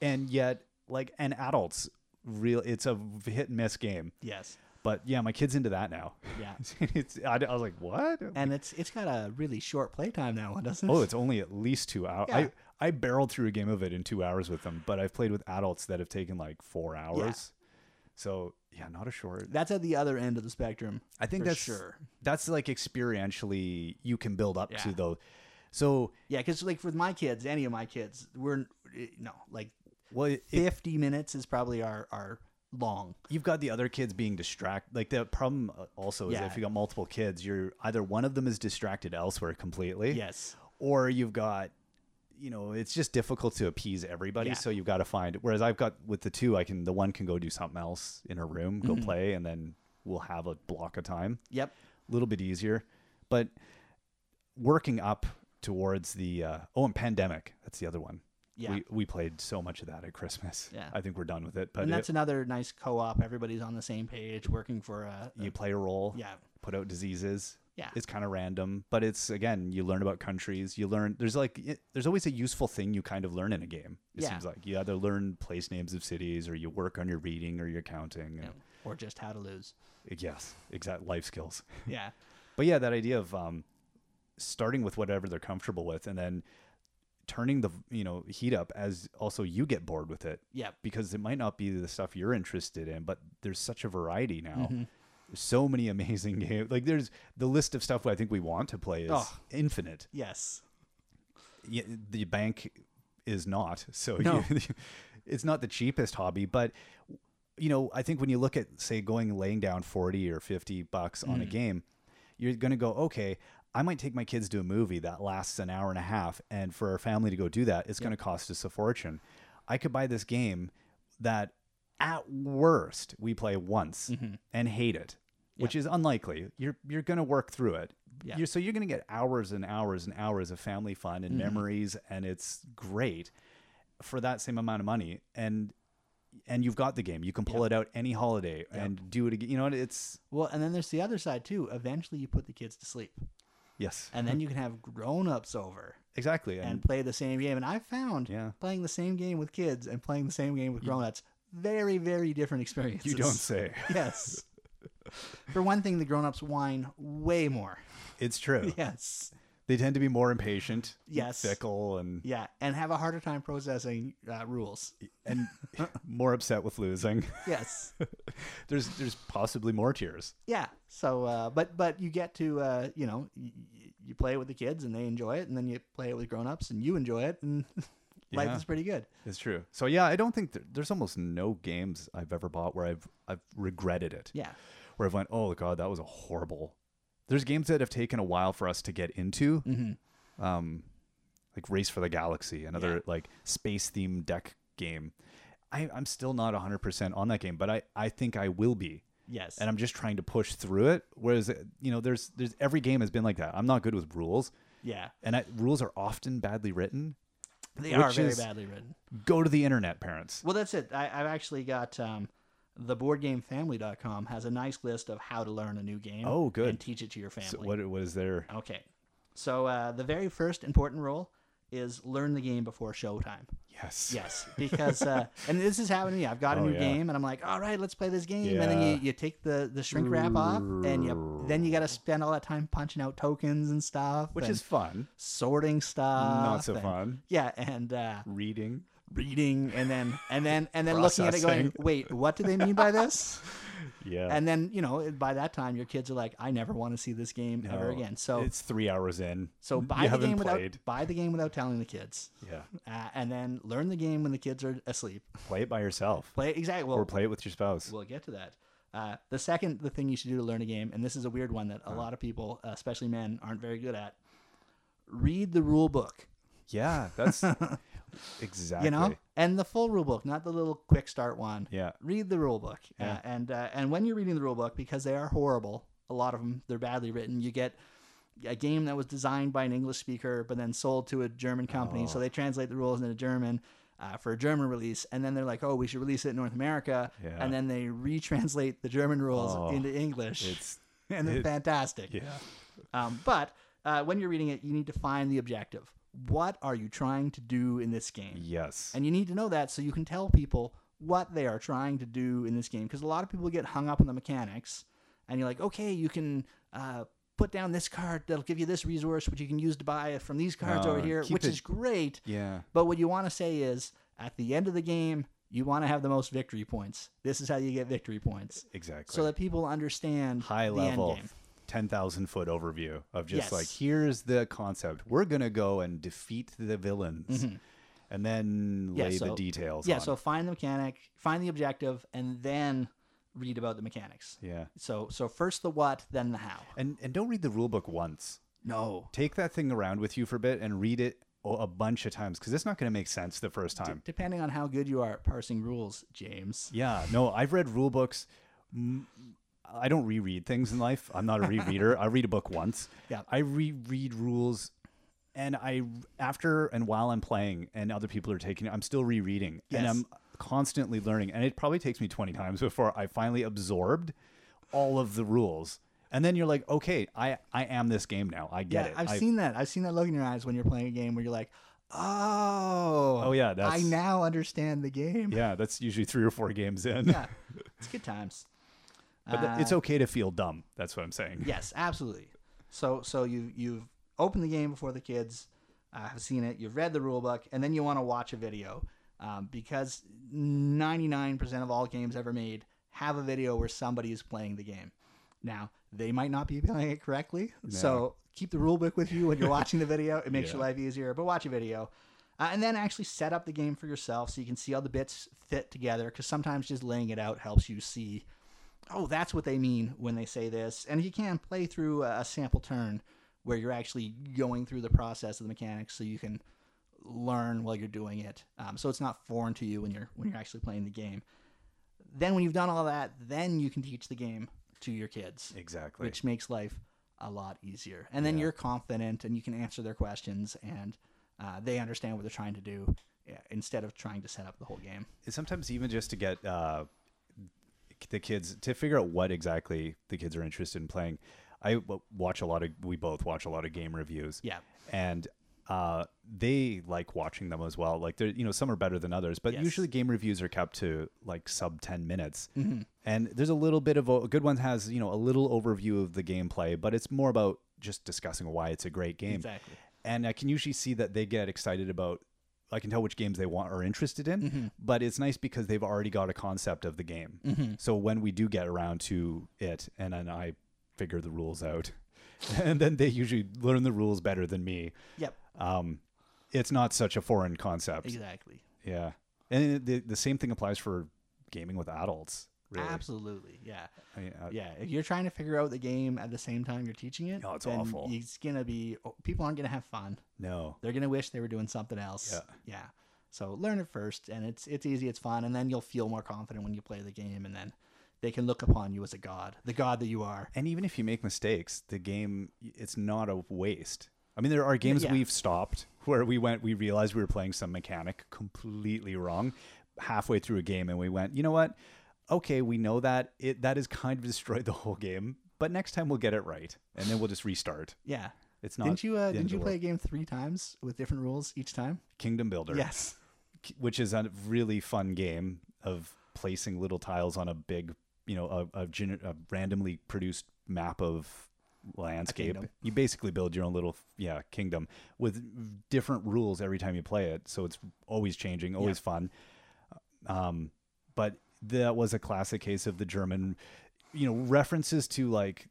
Speaker 1: and yet like an adult's real. It's a hit and miss game.
Speaker 2: Yes.
Speaker 1: But yeah, my kid's into that now. [laughs]
Speaker 2: Yeah.
Speaker 1: it's, I, I was like, what?
Speaker 2: And it's it's got a really short playtime now, [laughs] doesn't it?
Speaker 1: oh, it's only at least two hours.
Speaker 2: Yeah.
Speaker 1: I I barreled through a game of it in two hours with them, but I've played with adults that have taken like four hours. So yeah, not a short.
Speaker 2: That's at the other end of the spectrum.
Speaker 1: I think
Speaker 2: for
Speaker 1: that's
Speaker 2: sure.
Speaker 1: that's like experientially you can build up to
Speaker 2: Yeah.
Speaker 1: those. So
Speaker 2: Yeah, because like with my kids, any of my kids, we're no, like
Speaker 1: Well, it, it-
Speaker 2: 50 minutes is probably our our long.
Speaker 1: you've got the other kids being distracted. Like the problem uh, also is
Speaker 2: Yeah.
Speaker 1: if you got multiple kids, you're either one of them is distracted elsewhere completely,
Speaker 2: Yes.
Speaker 1: or you've got, you know, it's just difficult to appease everybody.
Speaker 2: Yeah.
Speaker 1: So you've got to find. Whereas I've got with the two, I can the one can go do something else in her room,
Speaker 2: Mm-hmm.
Speaker 1: go play, and then we'll have a block of time.
Speaker 2: Yep.
Speaker 1: a little bit easier. But working up towards the uh, oh, and pandemic. That's the other one.
Speaker 2: Yeah.
Speaker 1: We we played so much of that at Christmas.
Speaker 2: Yeah.
Speaker 1: I think we're done with it. But
Speaker 2: and that's
Speaker 1: it-
Speaker 2: another nice co-op. Everybody's on the same page, working for a, a-
Speaker 1: you play a role.
Speaker 2: yeah,
Speaker 1: Put out diseases.
Speaker 2: Yeah.
Speaker 1: It's kind of random, but it's again you learn about countries. You learn there's like it, there's always a useful thing you kind of learn in a game. It
Speaker 2: Yeah.
Speaker 1: seems like you either learn place names of cities or you work on your reading or your counting.
Speaker 2: yeah,
Speaker 1: and-
Speaker 2: or just how
Speaker 1: [laughs]
Speaker 2: to lose.
Speaker 1: Yes, exact life skills.
Speaker 2: Yeah,
Speaker 1: But yeah, that idea of um, starting with whatever they're comfortable with, and then turning the you know heat up as also you get bored with it
Speaker 2: yep,
Speaker 1: because it might not be the stuff you're interested in, but there's such a variety now. There's so many [laughs] amazing games. Like there's the list of stuff I think we want to play is
Speaker 2: Oh.
Speaker 1: infinite.
Speaker 2: yes,
Speaker 1: Yeah, the bank is not. [laughs] So
Speaker 2: No.
Speaker 1: you, it's not the cheapest hobby, but you know, I think when you look at say going laying down 40 or 50 bucks on a game, you're going to go, okay, I might take my kids to a movie that lasts an hour and a half and for our family to go do that, it's going to cost us a fortune. I could buy this game that at worst we play
Speaker 2: Mm-hmm.
Speaker 1: once and hate it. Which is unlikely. You're you're gonna work through it.
Speaker 2: Yeah.
Speaker 1: You're, so you're gonna get hours and hours and hours of family fun and memories, and it's great for that same amount of money. And and you've got the game. You can pull it out any holiday and do it again. You know, what? it's
Speaker 2: well, and then there's the other side too. Eventually, you put the kids to sleep,
Speaker 1: yes,
Speaker 2: and then you can have grown-ups over
Speaker 1: exactly. Uh-huh. And,
Speaker 2: and play the same game. And I found
Speaker 1: Yeah.
Speaker 2: playing the same game with kids and playing the same game with grown-ups very, very different experiences.
Speaker 1: you don't [laughs] say.
Speaker 2: Yes. For one thing, the grown-ups whine way more.
Speaker 1: It's true.
Speaker 2: Yes.
Speaker 1: They tend to be more impatient,
Speaker 2: Yes.
Speaker 1: fickle, and
Speaker 2: Yeah, and have a harder time processing uh, rules.
Speaker 1: and [laughs] more upset with losing.
Speaker 2: Yes.
Speaker 1: there's there's possibly more tears.
Speaker 2: yeah. So, uh, but but you get to uh, you know y- y- you play it with the kids and they enjoy it, and then you play it with grown-ups and you enjoy it, and [laughs] life
Speaker 1: Yeah.
Speaker 2: is pretty good.
Speaker 1: It's true. So yeah, I don't think there, there's almost no games I've ever bought where I've I've regretted it.
Speaker 2: Yeah.
Speaker 1: where I've went, oh god, that was a horrible. There's games that have taken a while for us to get into,
Speaker 2: Mm-hmm.
Speaker 1: um, like Race for the Galaxy, another
Speaker 2: Yeah.
Speaker 1: like space themed deck game. I, I'm still not 100% on that game, but I, I think I will be,
Speaker 2: Yes.
Speaker 1: and um, I'm just trying to push through it. Whereas uh, you know, there's there's every game has been like that. I'm not good with rules,
Speaker 2: yeah.
Speaker 1: and I, rules are often badly written.
Speaker 2: They
Speaker 1: Which
Speaker 2: are very
Speaker 1: is-
Speaker 2: badly written.
Speaker 1: Go to the internet, parents.
Speaker 2: Well, that's it. I, I've actually got um, the boardgamefamily.com has a nice list of how to learn a new game.
Speaker 1: Oh, good.
Speaker 2: And teach it to your family.
Speaker 1: So what was there?
Speaker 2: Okay. So uh, the very first important rule is learn the game before showtime.
Speaker 1: Yes.
Speaker 2: Yes, [laughs] because uh, and this has happened to me. I've got a
Speaker 1: Oh,
Speaker 2: new
Speaker 1: yeah.
Speaker 2: game, and I'm like, all right, let's play this game. And then
Speaker 1: Yeah.
Speaker 2: you, you take the, the shrink wrap off, and you then you got to spend all that time punching out tokens and stuff,
Speaker 1: Which
Speaker 2: and
Speaker 1: is fun,
Speaker 2: sorting stuff.
Speaker 1: not so
Speaker 2: and-
Speaker 1: fun.
Speaker 2: Yeah, and uh,
Speaker 1: Reading.
Speaker 2: reading, and then and then and then looking at it, going,
Speaker 1: Processing.
Speaker 2: wait, what do they mean
Speaker 1: [laughs]
Speaker 2: by this?
Speaker 1: Yeah.
Speaker 2: and then you know, by that time, your kids are like, I never want to see this game ever
Speaker 1: No,
Speaker 2: again. So
Speaker 1: Oh, it's three hours in.
Speaker 2: so
Speaker 1: You
Speaker 2: buy the
Speaker 1: haven't
Speaker 2: game
Speaker 1: played.
Speaker 2: without buy the game without telling the kids.
Speaker 1: Yeah,
Speaker 2: Uh, and then learn the game when the kids are asleep.
Speaker 1: play it by yourself
Speaker 2: [laughs] Play exactly. Well,
Speaker 1: or play it with your spouse.
Speaker 2: We'll get to that. Uh, the second, the thing you should do to learn a game, and this is a weird one
Speaker 1: Uh-huh.
Speaker 2: that a lot of people, uh, especially men, aren't very good at. Read the rule book,
Speaker 1: Yeah,
Speaker 2: [laughs]
Speaker 1: that's exactly.
Speaker 2: you know, and the full rule book, not the little quick start one.
Speaker 1: Yeah.
Speaker 2: Read the rule book, Uh,
Speaker 1: Yeah.
Speaker 2: and uh, and when you're reading the rule book, because they are horrible, a lot of them, they're badly written. You get a game that was designed by an English speaker, but then sold to a German company,
Speaker 1: Oh.
Speaker 2: so they translate the rules into German. Uh, for a German release, and then they're like, "Oh, we should release it in North America,"
Speaker 1: Yeah.
Speaker 2: and then they retranslate the German rules
Speaker 1: Oh,
Speaker 2: into English.
Speaker 1: It's
Speaker 2: [laughs] and they're
Speaker 1: It-
Speaker 2: fantastic.
Speaker 1: yeah,
Speaker 2: Um, but uh, when you're reading it, you need to find the objective. What are you trying to do in this game?
Speaker 1: yes,
Speaker 2: And you need to know that so you can tell people what they are trying to do in this game. Because a lot of people get hung up on the mechanics, and you're like, okay, you can uh, put down this card that'll give you this resource, which you can use to buy from these cards
Speaker 1: No,
Speaker 2: over here,
Speaker 1: Uh, keep
Speaker 2: which
Speaker 1: it-
Speaker 2: is great.
Speaker 1: yeah.
Speaker 2: But what you want to say is at the end of the game, you want to have the most victory points. This is how you get victory points.
Speaker 1: Exactly.
Speaker 2: So that people understand
Speaker 1: High
Speaker 2: the
Speaker 1: level,
Speaker 2: end game.
Speaker 1: ten thousand foot overview of just
Speaker 2: Yes.
Speaker 1: like here's the concept. We're gonna go and defeat the villains, and then
Speaker 2: Mm-hmm. Yeah,
Speaker 1: lay the
Speaker 2: so-
Speaker 1: details.
Speaker 2: yeah,
Speaker 1: on
Speaker 2: so
Speaker 1: it.
Speaker 2: find the mechanic, find the objective, and then read about the mechanics.
Speaker 1: yeah,
Speaker 2: So so first the what, then the how.
Speaker 1: and and don't read the rule book once.
Speaker 2: No.
Speaker 1: Take that thing around with you for a bit and read it a- a bunch of times because it's not going to make sense the first time.
Speaker 2: Depending on how good you are at parsing rules, James.
Speaker 1: Yeah, no, I've read rule books. Mm, I don't reread things in life. I'm not a
Speaker 2: [laughs]
Speaker 1: rereader. I read a book once.
Speaker 2: Yeah.
Speaker 1: I reread rules, and I after and while I'm playing and other people are taking it, I'm still rereading and
Speaker 2: Yes.
Speaker 1: I'm constantly learning. And it probably takes me 20 times before I finally absorbed all of the rules. And then you're like, okay, I I am this game now. I get
Speaker 2: yeah,
Speaker 1: it.
Speaker 2: I've
Speaker 1: I-
Speaker 2: seen that. I've seen that look in your eyes when you're playing a game where you're like, oh,
Speaker 1: Oh, yeah,
Speaker 2: I
Speaker 1: that's-
Speaker 2: now understand the game.
Speaker 1: Yeah, that's usually three or four games in.
Speaker 2: Yeah, it's good times.
Speaker 1: but th- it's
Speaker 2: Uh,
Speaker 1: okay to feel dumb. That's what I'm saying.
Speaker 2: Yes, absolutely. So so you you've opened the game before the kids uh, have seen it. You've read the rule book, and then you want to watch a video um, because ninety nine percent of all games ever made have a video where somebody is playing the game. Now they might not be playing it correctly, so keep the rule book with you when you're watching the video. It makes your
Speaker 1: Yeah.
Speaker 2: life easier, but watch a video. Uh, and then actually set up the game for yourself so you can see how the bits fit together because sometimes just laying it out helps you see oh, that's what they mean when they say this. And you can play through a a sample turn where you're actually going through the process of the mechanics so you can learn while you're doing it. Um, so it's not foreign to you when you're when you're actually playing the game. Then when you've done all that, then you can teach the game to your kids,
Speaker 1: [laughs] Exactly.
Speaker 2: which makes life a lot easier. And then you're confident and you can answer their questions and uh, they understand what they're trying to do yeah, instead of trying to set up the whole game.
Speaker 1: sometimes even just to get uh, the kids to figure out what exactly the kids are interested in playing. I w- watch a lot of. We both watch a lot of game reviews.
Speaker 2: Yeah.
Speaker 1: and uh, they like watching them as well. Like they're you know some are better than others, but
Speaker 2: Yes.
Speaker 1: usually game reviews are kept to like sub ten minutes. And there's a little bit of a, a good one has you know a little overview of the gameplay, but it's more about just discussing why it's a great game
Speaker 2: Exactly.
Speaker 1: and I can usually see that they get excited about. I can tell which games they want are interested in, but it's nice because they've already got a concept of the game. So when we do get around to it, and then I figure the rules out, [laughs] and then they usually learn the rules better than me.
Speaker 2: Yep.
Speaker 1: Um, it's not such a foreign concept,
Speaker 2: Exactly.
Speaker 1: yeah. And the the same thing applies for gaming with adults. Really,
Speaker 2: Absolutely. Yeah.
Speaker 1: I mean, uh,
Speaker 2: Yeah, if you're trying to figure out the game at the same time you're teaching it,
Speaker 1: Oh, it's
Speaker 2: then
Speaker 1: awful.
Speaker 2: It's gonna be oh, people aren't gonna have fun.
Speaker 1: No,
Speaker 2: They're gonna wish they were doing something else.
Speaker 1: Yeah.
Speaker 2: yeah. So learn it first, and it's it's easy, it's fun, and then you'll feel more confident when you play the game, and then they can look upon you as a god, the god that you are.
Speaker 1: and even if you make mistakes, the game it's not a waste. I mean, there are games
Speaker 2: Yeah.
Speaker 1: we've stopped where we went, we realized we were playing some mechanic completely wrong halfway through a game, and we went, you know what? Okay, we know that it that has kind of destroyed the whole game, but next time we'll get it right, and then we'll just restart.
Speaker 2: Yeah.
Speaker 1: It's not.
Speaker 2: didn't you
Speaker 1: the
Speaker 2: uh,
Speaker 1: end
Speaker 2: didn't
Speaker 1: of
Speaker 2: you
Speaker 1: the
Speaker 2: play a
Speaker 1: world.
Speaker 2: game three times with different rules each time?
Speaker 1: Kingdom Builder?
Speaker 2: Yes. [laughs]
Speaker 1: k- which is a really fun game of placing little tiles on a big, you know, a, a, gen- a randomly produced map of landscape.
Speaker 2: kingdom.
Speaker 1: You basically build your own little, yeah, kingdom with different rules every time you play it. So it's always changing, always fun. Um, but that was a classic case of the German, you know, references to like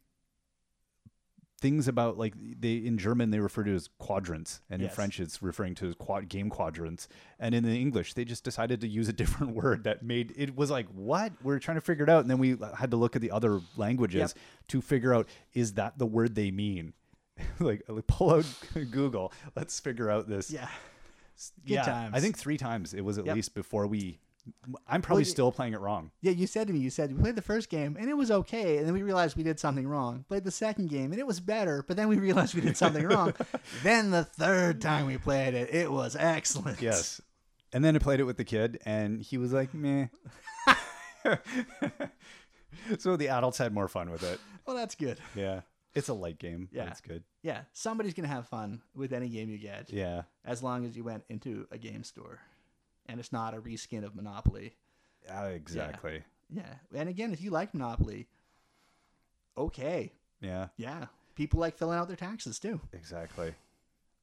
Speaker 1: things about like they in German they refer to it as quadrants, and
Speaker 2: Yes.
Speaker 1: in French it's referring to as quad game quadrants, and in the English they just decided to use a [laughs] different word that made it was like what we're trying to figure it out, and then we uh, had to look at the other languages to figure out is that the word they mean. [laughs] like, like, pull out [laughs] Google, let's figure out this.
Speaker 2: Yeah. Good times.
Speaker 1: I think three times it was at
Speaker 2: Yep.
Speaker 1: least before we. I'm probably
Speaker 2: y-
Speaker 1: still playing it wrong.
Speaker 2: Yeah, you said to me, you said we played the first game and it was okay, and then we realized we did something wrong. Played the second game and it was better, but then we [laughs] realized we did
Speaker 1: [laughs]
Speaker 2: something wrong. Then the third time we played it, it was excellent.
Speaker 1: Yes. And then I played it with the kid, and he was like, meh. [laughs] so the adults had more fun with it.
Speaker 2: [laughs] Well, that's good.
Speaker 1: Yeah. It's a light game.
Speaker 2: Yeah.
Speaker 1: Yeah. It's good.
Speaker 2: Yeah, somebody's gonna have fun with any game you get,
Speaker 1: Yeah.
Speaker 2: as long as you went into a game store, and it's not a reskin of Monopoly.
Speaker 1: Ah, exactly.
Speaker 2: Yeah, and again, if you like Monopoly, okay,
Speaker 1: Yeah.
Speaker 2: yeah, people like filling out their taxes too.
Speaker 1: Exactly.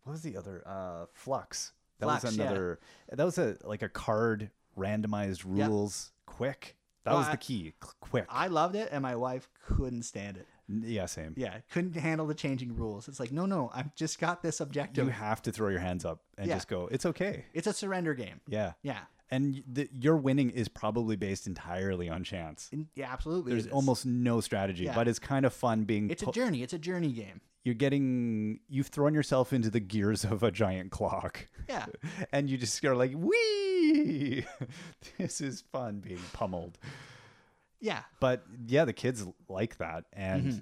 Speaker 1: What was the other? Uh, Flux. That
Speaker 2: Flux,
Speaker 1: was
Speaker 2: yeah.
Speaker 1: another. That was a like a card randomized
Speaker 2: Yep.
Speaker 1: rules quick That
Speaker 2: Well,
Speaker 1: was
Speaker 2: I-
Speaker 1: the key. c- Quick.
Speaker 2: I loved it, and my wife couldn't stand it.
Speaker 1: N- yeah, same.
Speaker 2: Yeah, couldn't handle the changing rules. It's like, no, no, I've just got this objective.
Speaker 1: You have to throw your hands up and
Speaker 2: Yeah.
Speaker 1: just go. It's okay.
Speaker 2: it's a surrender game.
Speaker 1: Yeah.
Speaker 2: Yeah,
Speaker 1: And y- the, your winning is probably based entirely on chance.
Speaker 2: In- yeah, absolutely.
Speaker 1: There's
Speaker 2: it is.
Speaker 1: almost no strategy,
Speaker 2: Yeah.
Speaker 1: but it's kind of fun being.
Speaker 2: It's a
Speaker 1: pu-
Speaker 2: journey. It's a journey game.
Speaker 1: you're getting. You've thrown yourself into the gears of a giant clock. [laughs]
Speaker 2: Yeah,
Speaker 1: and you just go like, "Wee! [laughs] this is fun being pummeled."
Speaker 2: yeah,
Speaker 1: But yeah, the kids like that, and
Speaker 2: Mm-hmm.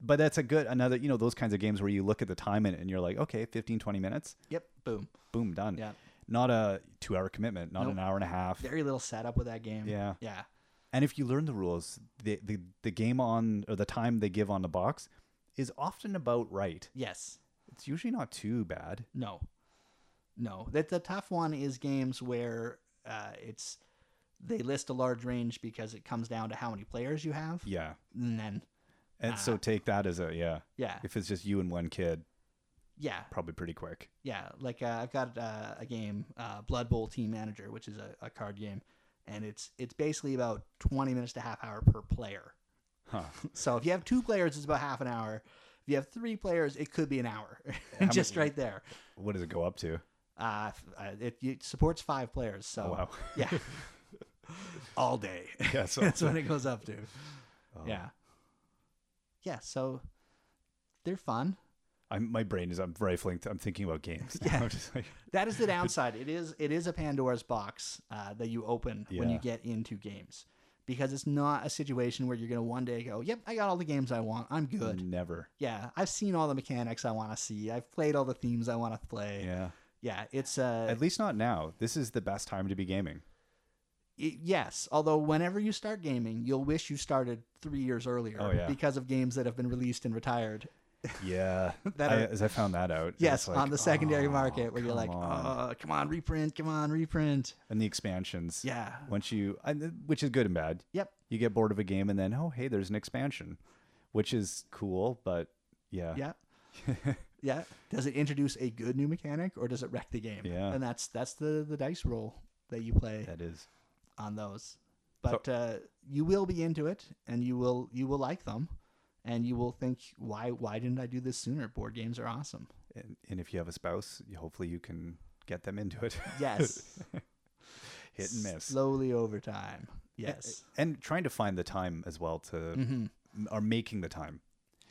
Speaker 1: but that's a good another you know those kinds of games where you look at the time and, and you're like, okay, 15, 20 minutes,
Speaker 2: yep. Boom.
Speaker 1: boom, done.
Speaker 2: Yeah.
Speaker 1: Not a two hour commitment, not
Speaker 2: Nope.
Speaker 1: an hour and a half.
Speaker 2: Very little setup with that game.
Speaker 1: Yeah.
Speaker 2: yeah.
Speaker 1: And if you learn the rules, the, the the game on or the time they give on the box is often about right.
Speaker 2: Yes.
Speaker 1: It's usually not too bad.
Speaker 2: No. No. That the tough one is games where uh, it's they list a large range because it comes down to how many players you have,
Speaker 1: Yeah.
Speaker 2: and then
Speaker 1: And
Speaker 2: Ah.
Speaker 1: so take that as a yeah.
Speaker 2: yeah,
Speaker 1: If it's just you and one kid,
Speaker 2: yeah,
Speaker 1: probably pretty quick.
Speaker 2: yeah. Like uh, I've got uh, a game, uh, Blood Bowl Team Manager, which is a, a card game, and it's it's basically about twenty minutes to half hour per player. [laughs]
Speaker 1: Huh.
Speaker 2: So if you have two players, it's about half an hour. If you have three players, it could be an hour, [laughs] just right there.
Speaker 1: What does it go up to?
Speaker 2: Uh, f- uh, it, it supports five players, so
Speaker 1: Oh, wow.
Speaker 2: [laughs] yeah, all day. [laughs]
Speaker 1: Yeah, so
Speaker 2: That's what it goes up to.
Speaker 1: [laughs] Oh.
Speaker 2: Yeah. Yeah, so they're fun.
Speaker 1: I'm, my brain is I'm rifling. I'm thinking about games. Now.
Speaker 2: [laughs] Yeah.
Speaker 1: I'm just like, [laughs]
Speaker 2: That is the downside. It is it is a Pandora's box uh, that you open when you
Speaker 1: Yeah.
Speaker 2: get into games because it's not a situation where you're gonna one day go, "Yep, I got all the games I want. I'm good."
Speaker 1: Never.
Speaker 2: Yeah, I've seen all the mechanics I want to see. I've played all the themes I want to play. Yeah,
Speaker 1: Yeah.
Speaker 2: it's uh,
Speaker 1: At least not now. This is the best time to be
Speaker 2: [laughs]
Speaker 1: gaming.
Speaker 2: y- yes. Although whenever you start gaming, you'll wish you started three years earlier
Speaker 1: Oh, yeah.
Speaker 2: because of games that have been released and retired
Speaker 1: Yeah.
Speaker 2: That
Speaker 1: I,
Speaker 2: are-
Speaker 1: as I found that out. it's
Speaker 2: Yes,
Speaker 1: like,
Speaker 2: on the secondary
Speaker 1: oh,
Speaker 2: market where you're like,
Speaker 1: come on.
Speaker 2: oh, come on, reprint, come on, reprint.
Speaker 1: and the expansions.
Speaker 2: Yeah.
Speaker 1: Once you, and- which is good and bad.
Speaker 2: Yep.
Speaker 1: You get bored of a game and then, oh, hey, there's an expansion, which is cool, but yeah.
Speaker 2: Yeah. yeah. Does it introduce a good new mechanic or does it wreck the game?
Speaker 1: Yeah.
Speaker 2: And that's that's the the dice roll that you play
Speaker 1: [laughs] That is.
Speaker 2: on those. But uh, you will be into it and you will you will like them and you will think why why didn't I do this sooner? Board games are
Speaker 1: [laughs]
Speaker 2: awesome.
Speaker 1: And, and if you have a spouse, you- hopefully you can get them into it. [laughs]
Speaker 2: Yes.
Speaker 1: Hit and miss. Eh,
Speaker 2: Slowly over time. Yes. Mm. Mm-hmm.
Speaker 1: And trying to find the time as well to, or making the time.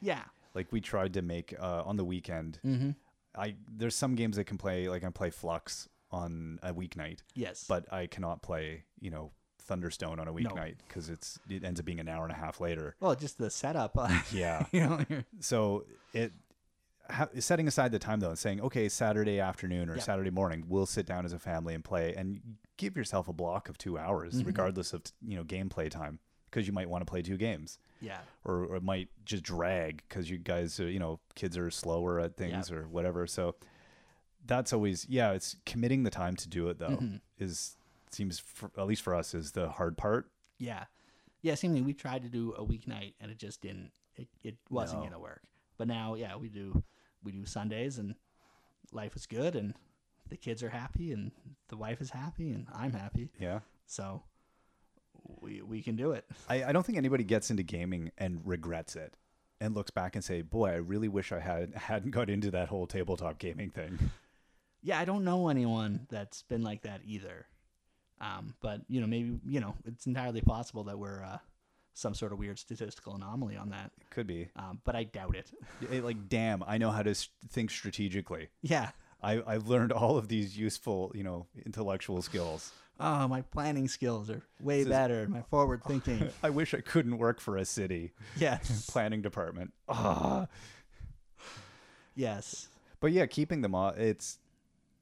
Speaker 2: Yeah. Mm-hmm.
Speaker 1: like we tried to make uh, on the weekend. I there's some games I can play, like I play Flux on a weeknight,
Speaker 2: Yes.
Speaker 1: but I cannot play, you know, Thunderstone on a weeknight because it's it ends up being an hour and a half later.
Speaker 2: well, just the setup. [laughs]
Speaker 1: Yeah.
Speaker 2: you know, you're-
Speaker 1: so it ha- setting aside the time though and saying, okay, Saturday afternoon or
Speaker 2: Yeah.
Speaker 1: Saturday morning, we'll sit down as a family and play, and give yourself a block of two hours, regardless of you know gameplay time, because you might want to play two games
Speaker 2: yeah.
Speaker 1: or, or it might just drag because you guys are, you know kids are slower at things or whatever so that's always yeah it's committing the time to do it though is seems for, at least for us is the hard part
Speaker 2: Yeah. Yeah, same thing. We tried to do a weeknight and it just didn't it, it wasn't
Speaker 1: No.
Speaker 2: gonna work. But now, yeah, we do we do Sundays and life is good and the kids are happy and the wife is happy and I'm happy.
Speaker 1: yeah
Speaker 2: So we we can do it.
Speaker 1: I, I don't think anybody gets into gaming and regrets it and looks back and say boy i really wish i had [laughs] hadn't got into that whole tabletop gaming thing [laughs]
Speaker 2: Yeah, I don't know anyone that's been like that either. Um, but you know, maybe you know, it's entirely possible that we're uh, some sort of weird statistical anomaly on that.
Speaker 1: could be
Speaker 2: Um, but I doubt it. [laughs]
Speaker 1: It- like damn i know how to s think strategically
Speaker 2: yeah.
Speaker 1: I, i've learned [laughs] all of these useful you know intellectual skills
Speaker 2: Oh, my planning skills are way
Speaker 1: is-
Speaker 2: better. My forward
Speaker 1: [laughs]
Speaker 2: thinking. [laughs]
Speaker 1: i wish i couldn't work for a city
Speaker 2: yes.
Speaker 1: planning department. Ah.
Speaker 2: Yes.
Speaker 1: But yeah, keeping them all, it's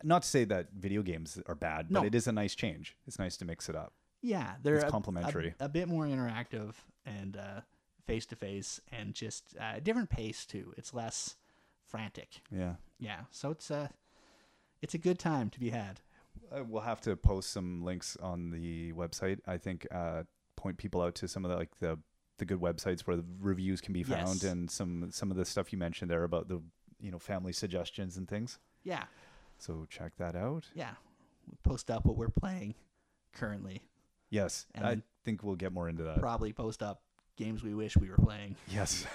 Speaker 1: not to say that video games are bad,
Speaker 2: No.
Speaker 1: but it is a nice change. It's nice to mix it up.
Speaker 2: Yeah. They're
Speaker 1: It's
Speaker 2: a- a-
Speaker 1: complementary.
Speaker 2: A, bit more interactive and face to face and just uh, different pace too. It's less frantic.
Speaker 1: Yeah.
Speaker 2: Yeah. So it's a it's a good time to be had.
Speaker 1: Uh, we'll have to post some links on the website. I think uh, point people out to some of the like the the good websites where the reviews can be found
Speaker 2: Yes.
Speaker 1: and some some of the stuff you mentioned there about the you know family suggestions and things.
Speaker 2: Yeah.
Speaker 1: So check that out.
Speaker 2: Yeah. We post up what we're playing currently.
Speaker 1: Yes,
Speaker 2: And
Speaker 1: I
Speaker 2: then-
Speaker 1: think we'll get more into that.
Speaker 2: Probably post up games we wish we were playing.
Speaker 1: yes.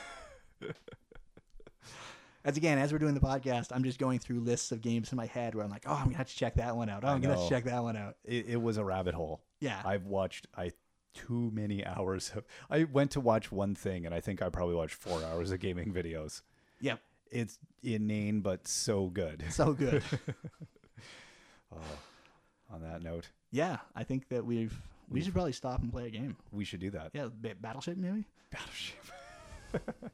Speaker 1: [laughs]
Speaker 2: As again, as we're doing the podcast, I'm just going through lists of games in my head where I'm like, oh, I'm gonna have to check that one out. Oh,
Speaker 1: I
Speaker 2: I'm gonna have
Speaker 1: know.
Speaker 2: to check that one out.
Speaker 1: It, it was a rabbit hole.
Speaker 2: Yeah,
Speaker 1: I've watched I too many hours of I went to watch one thing and I think I probably watched 4 hours of gaming videos.
Speaker 2: yep,
Speaker 1: It's inane but so good.
Speaker 2: [laughs]
Speaker 1: [laughs]
Speaker 2: so good.
Speaker 1: On that note,
Speaker 2: yeah, I think that we've we should probably stop and play a game.
Speaker 1: we should do that.
Speaker 2: Yeah, ba- Battleship maybe. [laughs]
Speaker 1: Battleship.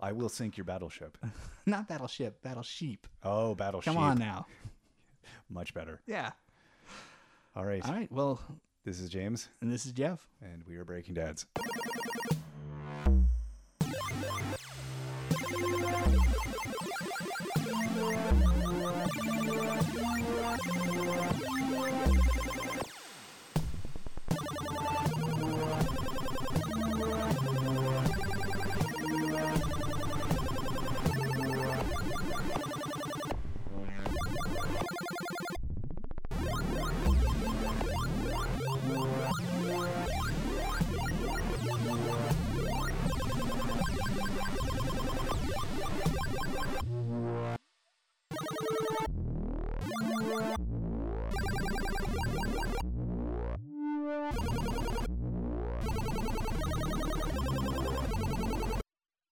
Speaker 1: I will sink your
Speaker 2: [laughs]
Speaker 1: battleship.
Speaker 2: Not Battleship, Battleship.
Speaker 1: Oh, battleship.
Speaker 2: Come on now.
Speaker 1: Much better.
Speaker 2: Yeah.
Speaker 1: All right.
Speaker 2: All right. Well,
Speaker 1: This is James
Speaker 2: and this is Jeff.
Speaker 1: and we are breaking dads.